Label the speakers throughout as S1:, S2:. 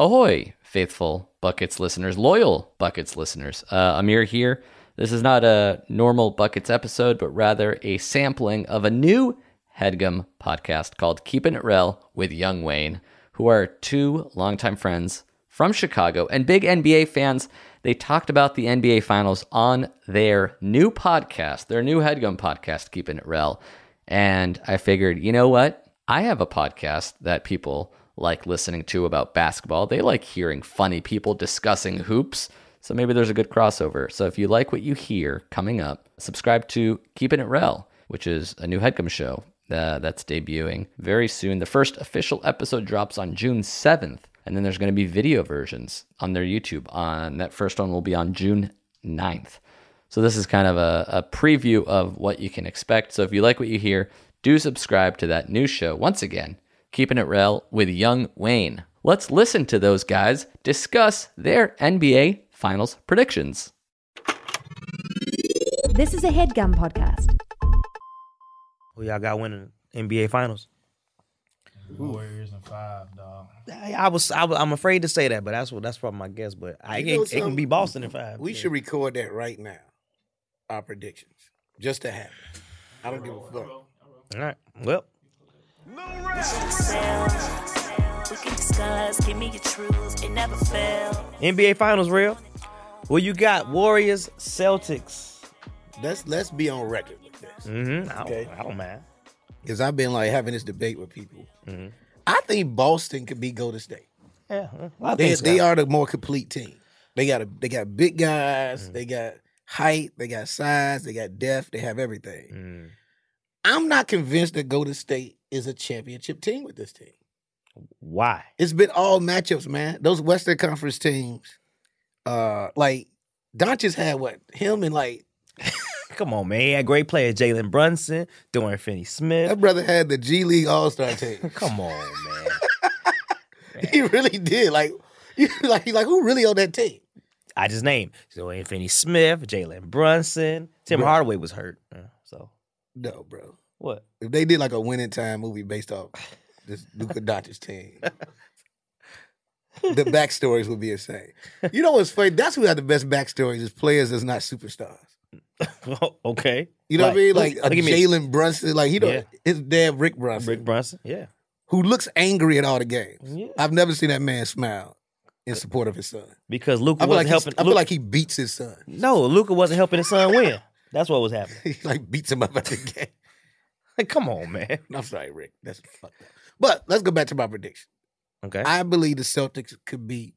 S1: Ahoy, faithful Buckets listeners, loyal Buckets listeners. Uh, Amir here. This is not a normal Buckets episode, but rather a sampling of a new Headgum podcast called Keeping It Rel with Young Wayne, who are two longtime friends from Chicago and big NBA fans. They talked about the NBA Finals on their new podcast, their new Headgum podcast, Keeping It Rel. And I figured, you know what? I have a podcast that people like listening to about basketball. They like hearing funny people discussing hoops. So maybe there's a good crossover. So if you like what you hear coming up, subscribe to Keeping It Rel, which is a new Headgum show uh, that's debuting very soon. The first official episode drops on June 7th. And then there's going to be video versions on their YouTube. On that first one will be on June 9th. So this is kind of a, a preview of what you can expect. So if you like what you hear, do subscribe to that new show. Once again, keeping it real with young Wayne. Let's listen to those guys discuss their NBA finals predictions.
S2: This is a headgum podcast.
S3: Who y'all got winning NBA Finals?
S4: Warriors and five, dog.
S3: I, I was, I am afraid to say that, but that's what that's probably my guess. But I,
S5: You know
S3: it, it can be
S5: something?
S3: Boston in five.
S5: We
S3: Yeah.
S5: should record that right now. Our predictions, just to have. it. I don't give a fuck.
S3: All right. Well,
S6: We can discuss, give me your truth, it never fails.
S3: NBA Finals real. Well, you got Warriors, Celtics.
S5: Let's let's be on record with this,
S3: Mm-hmm. I,
S5: Okay.
S3: don't, I don't mind.
S5: because I've been like having this debate with people. I think Boston could be Golden State.
S3: Yeah, well, a lot of
S5: They
S3: things
S5: they
S3: got-
S5: are the more complete team. They got a they got big guys. They got height. They got size. They got depth. They have everything.
S3: Mhm.
S5: I'm not convinced that Golden State is a championship team with this team.
S3: Why?
S5: It's been all matchups, man. Those Western Conference teams, uh, like Doncic had what him and like
S3: Come on, man. He had great players: Jalen Brunson, Dorian Finney-Smith.
S5: that brother had the G League All Star team.
S3: Come on, man.
S5: he really did. Like, you like, like who really on that team?
S3: I just named Dorian Finney-Smith, Jalen Brunson. Tim
S5: Bruh.
S3: Hardaway was hurt, Uh, so
S5: No, bro.
S3: what?
S5: If they did like a winning time movie based off this Luka Doncic team, the backstories would be insane. You know what's funny? That's who had the best backstories is players that's not superstars.
S3: okay.
S5: You know what I mean? Like
S3: look
S5: a
S3: at me.
S5: Jalen Brunson, like he don't,
S3: Yeah.
S5: his dad Rick Brunson,
S3: Rick Brunson. Yeah.
S5: who looks angry at all the games.
S3: Yeah.
S5: I've never seen that man smile in support of his son.
S3: Because Luca
S5: I feel
S3: wasn't
S5: like he's-
S3: helping.
S5: I feel
S3: Luka-
S5: like he beats his son.
S3: no, Luca wasn't helping his son win. That's what was happening.
S5: he like beats him up at the game.
S3: Like, come on, man.
S5: I'm sorry, Rick. That's fucked up. But let's go back to my prediction.
S3: Okay.
S5: I believe the Celtics could beat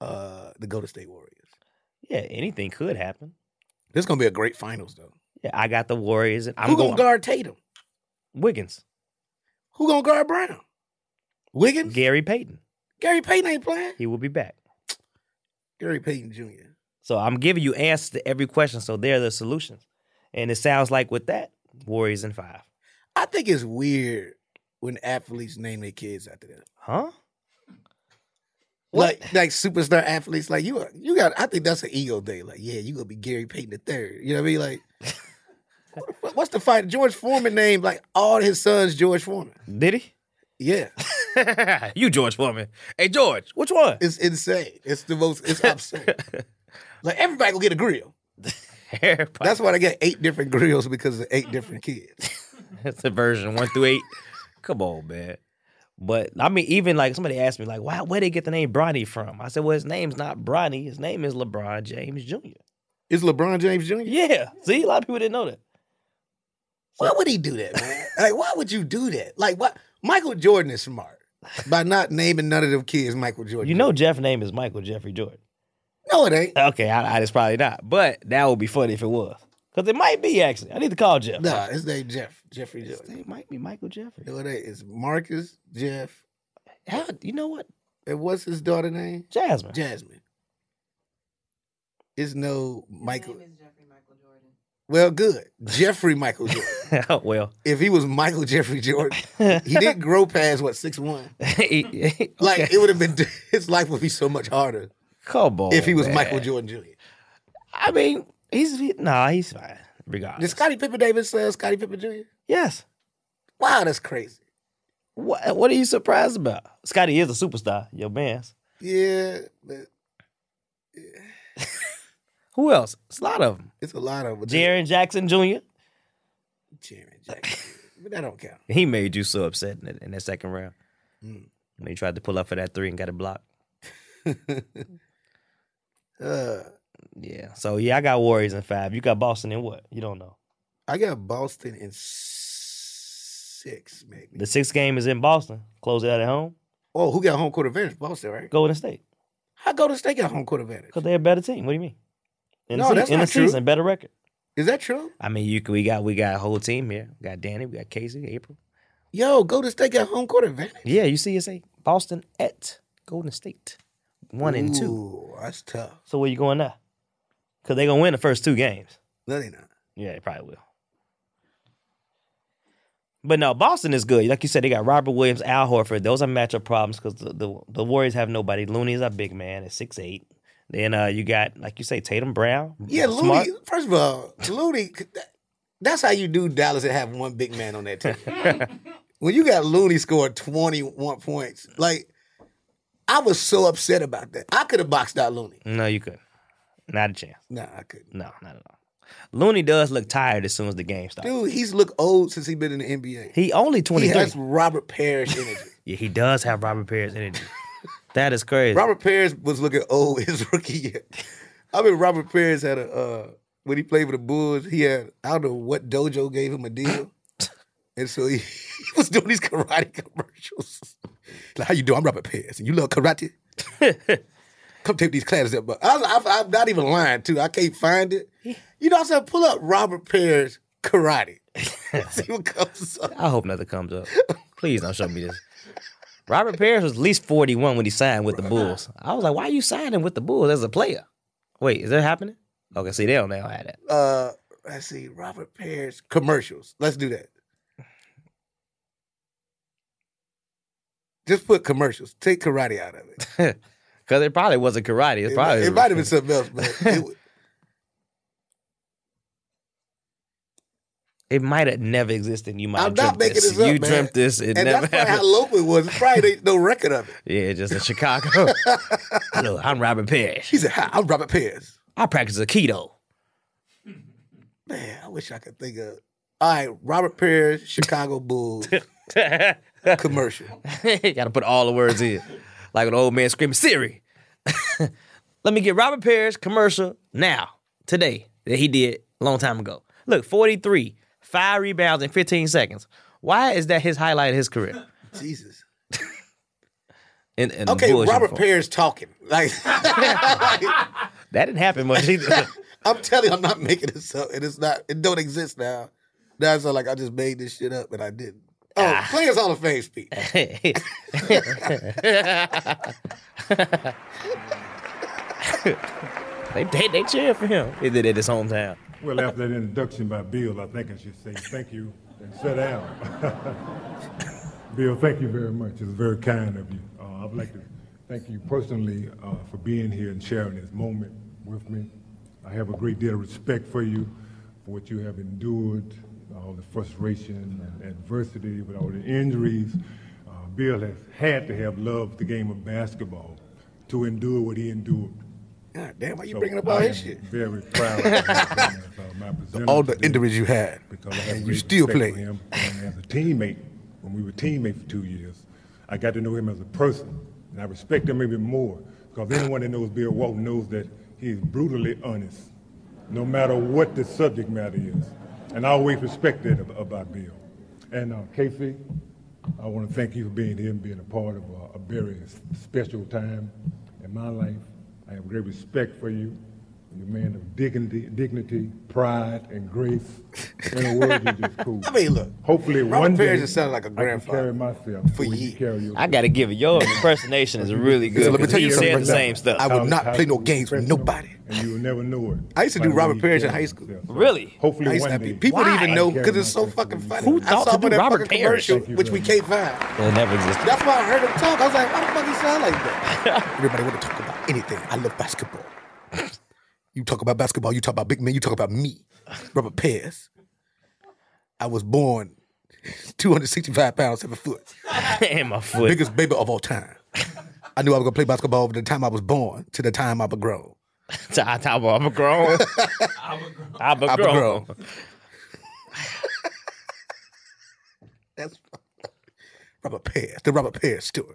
S5: uh, the Golden State Warriors.
S3: yeah, anything could happen.
S5: This is gonna be a great finals though.
S3: Yeah, I got the Warriors. And I'm
S5: Who
S3: going
S5: gonna guard Tatum?
S3: Wiggins,
S5: Who gonna guard Brown? Wiggins?
S3: Gary Payton.
S5: Gary Payton ain't playing.
S3: He will be back.
S5: Gary Payton Jr.
S3: So I'm giving you answers to every question. So there are the solutions. And it sounds like with that, Warriors in five.
S5: I think it's weird when athletes name their kids after them.
S3: Huh?
S5: Like like superstar athletes, like you are, you got I think that's an ego day. Like, yeah, you gonna be Gary Payton the third. You know what I mean? Like what the fuck- what's the fight? George Foreman named like all his sons George Foreman.
S3: Did he?
S5: Yeah.
S3: you George Foreman. Hey George, which one?
S5: It's insane. It's the most it's absurd. like everybody gonna get a grill.
S3: Everybody.
S5: That's why they got eight different grills because of eight different kids.
S3: That's the version one through eight. Come on, man. But I mean, even like somebody asked me, like, why where they get the name Bronny from? I said, well, his name's not Bronny. His name is LeBron James Jr.
S5: Is LeBron James Jr.?
S3: Yeah. See, a lot of people didn't know that.
S5: Why would he do that, man? like, why would you do that? Like, what? Michael Jordan is smart by not naming none of them kids Michael Jordan.
S3: You know, Jeff's name is Michael Jeffrey Jordan.
S5: no, it ain't.
S3: Okay, I, I it's probably not, but that would be funny if it was, because it might be actually. I need to call Jeff.
S5: Nah, his name Jeff Jeffrey
S3: His
S5: Jordan.
S3: name might be Michael Jeffrey.
S5: No, it ain't. It's Marcus Jeff.
S3: How, you know what,
S5: And what's his daughter name?
S3: Jasmine?
S5: Jasmine. It's no Michael. Well, good. Jeffrey Michael Jordan.
S3: Oh, well,
S5: if he was Michael Jeffrey Jordan, he didn't grow past what six one.
S3: he- he-
S5: Like
S3: okay.
S5: it would have been his life would be so much harder
S3: come on,
S5: if he was
S3: man.
S5: Michael Jordan Jr.
S3: I mean, he's he, nah, he's fine.
S5: Did
S3: Regardless,
S5: Scottie Pippen Davis say Scottie Pippen Jr.?
S3: yes.
S5: Wow, that's crazy.
S3: What What are you surprised about? Scotty is a superstar, your man's.
S5: Yeah, but
S3: Who else? It's a lot of them.
S5: it's a lot of
S3: Jaron Jackson Jr.
S5: Jaron Jackson. but that don't count.
S3: He made you so upset in, that- in that second round.
S5: Mm.
S3: When he tried to pull up for that three and got it blocked.
S5: Uh,
S3: Yeah. So yeah, I got Warriors in five. You got Boston in what? You don't know.
S5: I got Boston in six, maybe.
S3: The sixth game is in Boston. Close it out at home.
S5: oh, who got home court advantage? Boston, right?
S3: Golden State
S5: How Golden State got home court advantage?
S3: because they're a better team. What do you mean? In
S5: No,
S3: the, se-
S5: that's
S3: in
S5: not
S3: the
S5: true.
S3: season, better record.
S5: Is that true?
S3: I mean, you c- we got we got a whole team here. We got Danny. We got Casey. April.
S5: Yo, Golden State got home court advantage.
S3: Yeah, you see, it's a Boston at Golden State, one and two.
S5: Ooh, that's tough.
S3: So where you going now? Because they're gonna win the first two games.
S5: No, they not.
S3: Yeah, they probably will. But no, Boston is good. Like you said, they got Robert Williams, Al Horford. Those are matchup problems because the, the the Warriors have nobody. Looney is a big man at six eight. Then uh, you got like you say Tatum Brown.
S5: Yeah,
S3: Smart.
S5: Looney. First of all, Looney. that- That's how you do Dallas and have one big man on that team. when you got Looney scored twenty one points, like I was so upset about that. I could have boxed out Looney.
S3: No, you couldn't. Not a chance.
S5: Nah, I couldn't.
S3: No, not at all. Looney does look tired as soon as the game starts.
S5: Dude, he's looked old since he been in the NBA.
S3: he only
S5: He
S3: twenty three.
S5: has Robert Parrish energy.
S3: yeah, he does have Robert Perez energy. that is crazy.
S5: Robert Parrish was looking old his rookie year. I mean, Robert Parrish had a uh, when he played for the Bulls, he had I don't know what dojo gave him a deal, and so he, he was doing these karate commercials. like, how you doing? I'm Robert Parrish, and you love karate. Come take these classes up. But I, I, I'm not even lying too. I can't find it. You know, I said pull up Robert Parrish karate. See what comes up.
S3: I hope nothing comes up. Please don't show me this. Robert Parrish was at least 41 when he signed with the Bulls. I was like, why are you signing with the Bulls as a player? Wait, is that happening? Okay, see, they don't, they don't have that.
S5: Uh, let's see, Robert Parrish commercials. Let's do that. Just put commercials. Take karate out of it.
S3: Because it probably wasn't karate. It's
S5: It, might-
S3: probably
S5: it might have been something else, but it, wa-
S3: It might have never existed. You might
S5: I'm
S3: have dreamt
S5: not making
S3: this.
S5: this up,
S3: You
S5: man.
S3: dreamt this. It
S5: and
S3: never
S5: that's probably how
S3: happened.
S5: local it was. It's probably ain't no record of it.
S3: Yeah, just in Chicago. Hello, I'm Robert Parrish.
S5: He said, "Hi, I'm Robert Parrish."
S3: I practice Aikido.
S5: Man, I wish I could think of. All right, Robert Parrish, Chicago Bulls commercial.
S3: Got to put all the words in, like an old man screaming, "Siri, let me get Robert Parrish commercial now, today that he did a long time ago." Look, forty-three, five rebounds in fifteen seconds. Why is that his highlight of his career?
S5: Jesus.
S3: In, in
S5: Okay,
S3: bullshit
S5: Robert
S3: form.
S5: Parrish talking. Like,
S3: That didn't happen much either.
S5: I'm telling you, I'm not making this up, and it's not. It don't exist now. Now it's not like I just made this shit up, and I didn't. Oh,
S3: Ah.
S5: Players Hall of Fame speech.
S3: they they they cheered for him. He did it his hometown.
S7: Well, after that introduction by Bill, I think I should say thank you and sit down. Bill, thank you very much. It's very kind of you. Uh, I'd like to thank you personally uh, for being here and sharing this moment with me. I have a great deal of respect for you, for what you have endured, all the frustration and adversity, with all the injuries. Uh, Bill has had to have loved the game of basketball to endure what he endured.
S5: God damn, why you
S7: So
S5: bringing up
S7: I
S5: all
S7: am
S5: his shit?
S7: Very proud. of him as, uh, my
S5: All the
S7: presenter today
S5: injuries you had.
S7: because I have
S5: And you
S7: great
S5: still
S7: respect
S5: play.
S7: for him. And as a teammate, when we were teammates for two years, I got to know him as a person, and I respect him even more because anyone that knows Bill Walton knows that he is brutally honest, no matter what the subject matter is, and I always respect that ab- about Bill. And uh, Casey, I want to thank you for being here and being a part of a, a very s- special time in my life. I have great respect for you. You're a man of dignity, dignity, pride, and grace. In a word, you're just cool.
S5: I mean, look,
S7: Hopefully,
S5: Robert
S7: one
S5: Parrish
S7: day
S5: has sounded like a
S7: I can carry
S5: grandfather
S7: myself
S5: for
S7: the way you
S5: years.
S7: carry yourself.
S3: I gotta give it. Your impersonation is really good.
S5: let me
S3: 'cause
S5: tell you
S3: he
S5: something
S3: said
S5: right
S3: the
S5: now.
S3: same stuff.
S5: I would not
S7: How-
S5: play no
S7: how
S5: games with
S7: professional,
S5: nobody.
S7: And you will never know it.
S5: I used to
S7: by
S5: do
S7: the way
S5: Robert
S7: you
S5: Parrish in
S7: carry
S5: high school.
S7: yourself.
S3: Really?
S7: Hopefully,
S5: I used
S7: one
S5: to have
S7: day.
S5: people
S3: Why?
S5: didn't even know
S7: Carry
S5: because it's so
S7: myself the
S5: fucking
S7: way you
S5: funny.
S3: Who
S5: I
S3: thought to
S5: saw
S3: do
S5: him in that
S3: Robert
S5: fucking
S3: Parrish?
S5: commercial,
S7: Thank you
S5: which
S7: very
S5: we can't find.
S3: It never existed.
S5: That's why I heard him talk. I was like, why the fuck he sound like that? Everybody want to talk about anything. I love basketball. you talk about basketball, you talk about big men, you talk about me, Robert Pairs. I was born 265 pounds, seven foot.
S3: in my foot.
S5: Biggest baby of all time. I knew I was gonna play basketball from the time I was born to the time I was grown.
S3: I'm I'm a grown. I'm a
S5: I was
S3: grown.
S5: grown. That's Robert Perez, the Robert Perez story.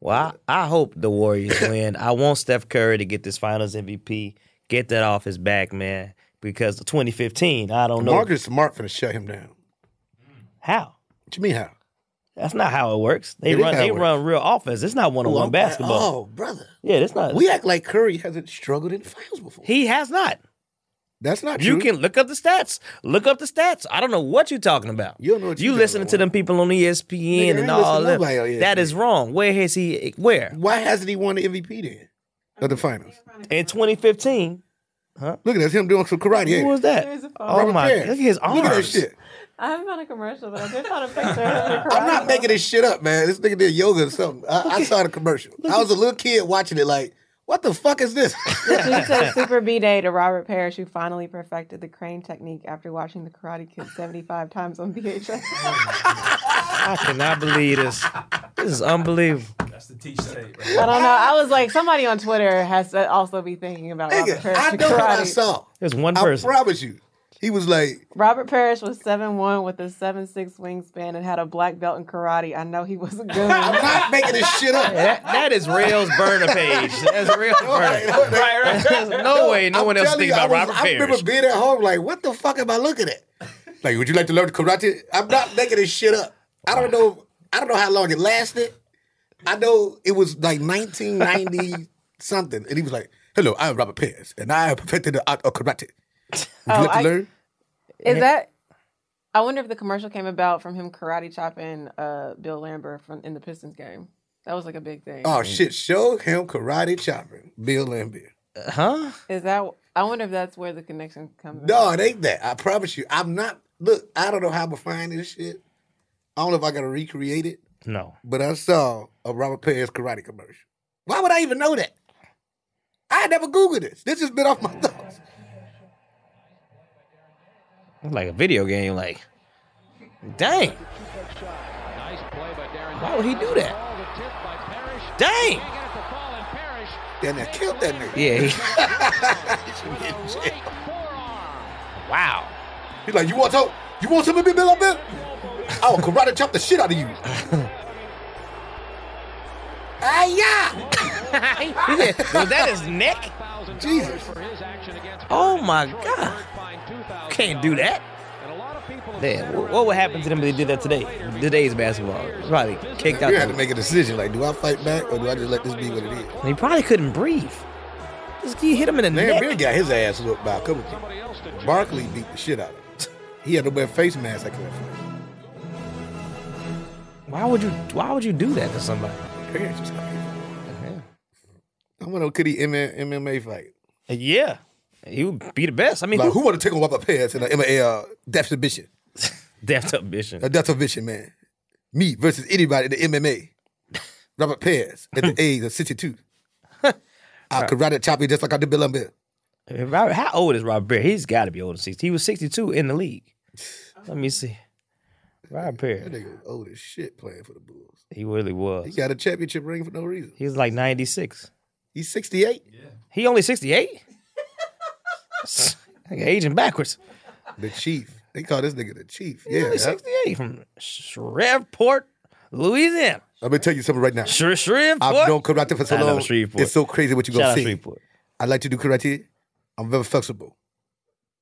S3: Well, I, I hope the Warriors win. I want Steph Curry to get this Finals MVP. Get that off his back, man. Because 2015, I don't know
S5: Marcus Smart finna shut him down.
S3: how.
S5: What you mean how?
S3: That's not how it works. They
S5: It is
S3: run.
S5: how it
S3: They
S5: works.
S3: run real offense. It's not one on
S5: Well,
S3: one basketball.
S5: Oh, brother.
S3: Yeah, it's not.
S5: We act like Curry hasn't struggled in finals before.
S3: he has not.
S5: That's not
S3: You
S5: true.
S3: can look up the stats. Look up the stats. I don't know what you're talking about.
S5: You don't know what
S3: you
S5: you're
S3: listening to
S5: talking
S3: them
S5: about.
S3: people on E ESPN
S5: Nigga, I
S3: and
S5: ain't
S3: all
S5: listening to
S3: that.
S5: nobody on E ESPN.
S3: That is wrong. Where has he? Where
S5: Why hasn't he won the MVP then? Of the finals.
S3: in 2015?
S5: Look at that's him doing some karate.
S3: Who
S5: ain't
S3: was
S5: it?
S3: that?
S8: There's a
S3: Oh
S8: phone.
S3: my!
S5: Perez.
S3: Look at his arms.
S5: Look at that shit.
S8: I haven't found a commercial, but I did find a picture. of the
S5: I'm
S8: karate.
S5: not making this shit up, man. This nigga did yoga or something. I, I saw the commercial. I was a little kid watching it, like, what the fuck is this?
S8: He said Super B Day to Robert Parrish, who finally perfected the crane technique after watching The Karate Kid 75 times on VHS.
S3: I cannot believe this. This is unbelievable.
S4: That's the teach tape. right?
S8: I don't know. I was like, somebody on Twitter has to also be thinking about Robert
S5: Nigga,
S8: Parrish.
S5: I
S8: and
S5: know what I
S8: karate.
S5: saw.
S3: There's one
S5: I
S3: person.
S5: promise you. He was like,
S8: Robert Parrish was 7'1 with a 7'6 wingspan and had a black belt in karate. I know he was a goon.
S5: I'm not making this shit up.
S3: that, that is Rails burner page. That's Rails burner.
S5: Right, right.
S3: There's no way no
S5: I'm
S3: one else
S5: telling
S3: thinks
S5: you, I
S3: about
S5: was-
S3: Robert
S5: I remember
S3: Parrish.
S5: being at home like, what the fuck am I looking at? Like, would you like to learn karate? I'm not making this shit up. I don't know. I don't know how long it lasted. I know it was like 1990 something, and he was like, "Hello, I'm Robert Perez, and I have perfected the art of karate. Would you
S8: Oh,
S5: like to
S8: I-
S5: learn?"
S8: Is that? I wonder if the commercial came about from him karate chopping uh, Bill Lambert from in the Pistons game. That was like a big thing.
S5: Oh shit! Show him karate chopping, Bill Lambert.
S3: Huh?
S8: Is that? I wonder if that's where the connection comes.
S5: No,
S8: in.
S5: it ain't that. I promise you. I'm not. Look, I don't know how I'm gonna find this shit. I don't know if I gotta recreate it.
S3: No.
S5: but I saw a Robert Perez karate commercial. Why would I even know that? I had never Googled this. This has been off my thoughts.
S3: It's like a video game. Like, dang. Why would he do that? Dang.
S5: Damn, that killed that nigga.
S3: Yeah. he- wow.
S5: He's like, you want to, you want something to be Bill Bill? I'll karate chop the shit out of you. Ah
S3: He said, Was that his neck?
S5: yeah, Jesus.
S3: Oh my God. Can't do that. Damn. wh- What would happen to them if they did that today? Today's basketball. Probably kicked out.
S5: You had
S3: the-
S5: to make a decision. Like, do I fight back or do I just let this be what it is?
S3: He probably couldn't breathe. This kid hit him in the
S5: Larry Bird
S3: neck.
S5: got his ass whooped by a couple people. Barkley beat the shit out of him. He had to wear a face mask. I couldn't fight.
S3: Why would you? Why would you do that to somebody?
S5: Parents was crazy. I wonder could he M- MMA fight?
S3: Yeah, he would be the best. I mean,
S5: Like,
S3: who?
S5: who want to take on Robert Perez in a, in a uh, death division?
S3: Death ambition.
S5: A death division, man. Me versus anybody in the MMA. Robert Perez at the age of 62. I could ride a choppy just like I did Bill Bill.
S3: Robert- How old is Robert Perry? He's got to be older than sixty. He was sixty-two in the league. Let me see. Robert
S5: That
S3: Perry.
S5: nigga was old as shit playing for the Bulls.
S3: He really
S5: He
S3: was.
S5: got a championship ring for no reason.
S3: He was like ninety-six.
S5: He's 68.
S3: He only sixty-eight. Aging backwards.
S5: The chief. They call this nigga the chief.
S3: He's
S5: Yeah.
S3: only
S5: I,
S3: sixty-eight from Shreveport, Louisiana.
S5: am gonna tell you something right now.
S3: Shre- Shreveport.
S5: I've known karate for so
S3: I know
S5: long.
S3: Shreveport.
S5: It's so crazy what you
S3: Shout
S5: gonna
S3: out
S5: see.
S3: Shreveport.
S5: I like to do karate. I'm very flexible.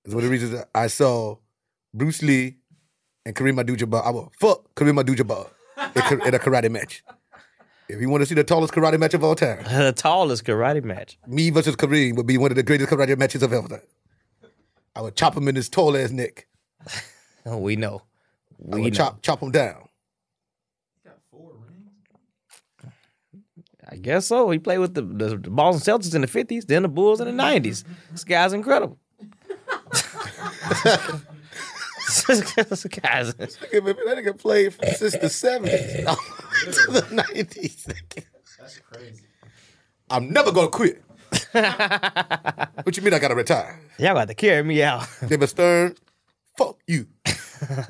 S5: It's one of the reasons that I saw Bruce Lee and Kareem Abdul-Jabbar. I will fuck Kareem Abdul-Jabbar in ka- in a karate match. If you want to see the tallest karate match of all time,
S3: The tallest karate match.
S5: me versus Kareem would be one of the greatest karate matches of all time. I would chop him in his tall ass neck.
S3: Oh, we know.
S5: I
S3: We
S5: would
S3: know.
S5: chop chop him down.
S3: I guess so. He played with the, the, the Boston Celtics in the 50s, then the Bulls in the 90s. This guy's incredible. this guy's.
S5: Look at me, That nigga played from- since the seventies to the nineties.
S4: That's crazy.
S5: I'm never gonna quit. what you mean I gotta retire?
S3: Y'all about to carry me out.
S5: David Stern, fuck you.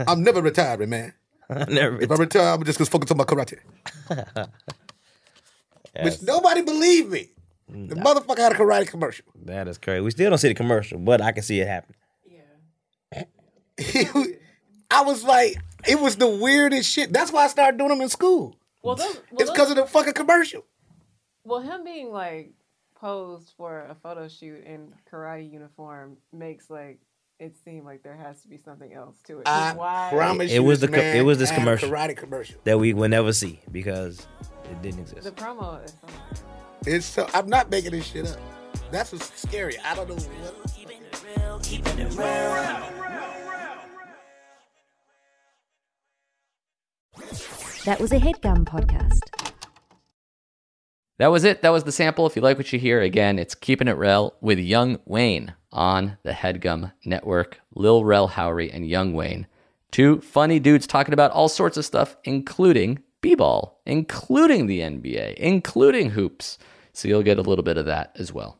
S5: I'm never retiring, man.
S3: I never.
S5: If I retire, I'm just gonna focus on my karate. Which nobody believed me. The motherfucker had a karate commercial.
S3: That is crazy. We still don't see the commercial, but I can see it happen.
S5: I was like, it was the weirdest shit. That's why I started doing them in school.
S8: Well, those, well,
S5: It's because
S8: those-
S5: of the fucking commercial.
S8: well, him being like posed for a photo shoot in karate uniform makes like it seem like there has to be something else to it.
S5: I
S8: Why?
S5: promise
S3: It
S5: you,
S3: was
S5: this
S3: the co-
S5: man
S3: it was this
S5: had a
S3: commercial.
S5: karate commercial.
S3: That we will never see because it didn't
S8: The
S3: exist.
S8: promo is something.
S5: It's so I'm not making this shit up. That's what's scary. I don't know what
S6: Keeping it real, keeping it real.
S2: That was a headgum podcast.
S1: That was it. That was the sample. If you like what you hear, again, it's Keeping It Rel with Young Wayne on the Headgum Network. Lil Rel Howery and Young Wayne. Two funny dudes talking about all sorts of stuff, including B ball, including the NBA, including hoops. So you'll get a little bit of that as well.